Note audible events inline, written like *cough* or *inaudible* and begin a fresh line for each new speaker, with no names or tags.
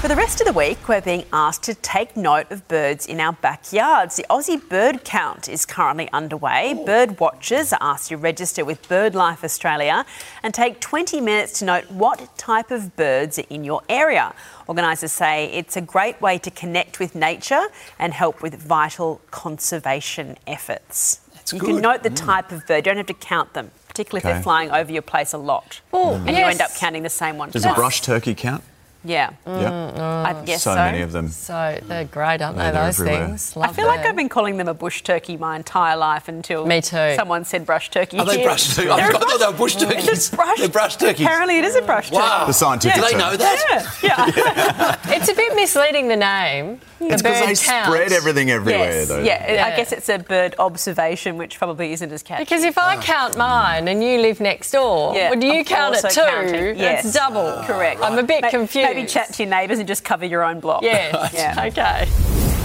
For the rest of the week, we're being asked to take note of birds in our backyards. The Aussie Bird Count is currently underway. Bird watchers are asked to register with BirdLife Australia and take 20 minutes to note what type of birds are in your area. Organisers say it's a great way to connect with nature and help with vital conservation efforts. you can
good. Mm.
note the type of bird, you don't have to count them, particularly if they're
Okay.
flying over your place a lot.
Oh,
Mm. and you
yes.
end up counting the same one.
Does a brush turkey count?
Yeah. Mm,
Yeah.
I guess
So
so.
many of them.
So they're great, aren't they?
Yeah, they're
those
everywhere.
things.
I
Love
feel like
them.
I've been calling them a bush turkey my entire life until
Me too.
someone said brush turkey.
Are they
here.
brush
*laughs*
turkeys?
They're
I
a
thought they were bush turkeys.
It's a brush.
They're brush turkeys.
Apparently it is a brush turkey.
Wow.
The scientific
Do they
term.
know that?
Yeah. yeah.
It's a bit misleading the name. The
It's because
bird
they
count.
spread everything everywhere,
yes.
though.
Yeah. I
Yeah.
guess it's a bird observation, which probably isn't as catchy.
Because if I count mine and you live next door,
Yeah,
would you
I'm
count it
also
too?
counting. Yes.
That's double.
Correct.
I'm a bit
May-
confused.
Maybe chat to your neighbours and just cover your own block. *laughs*
Yes.
Yeah.
Okay.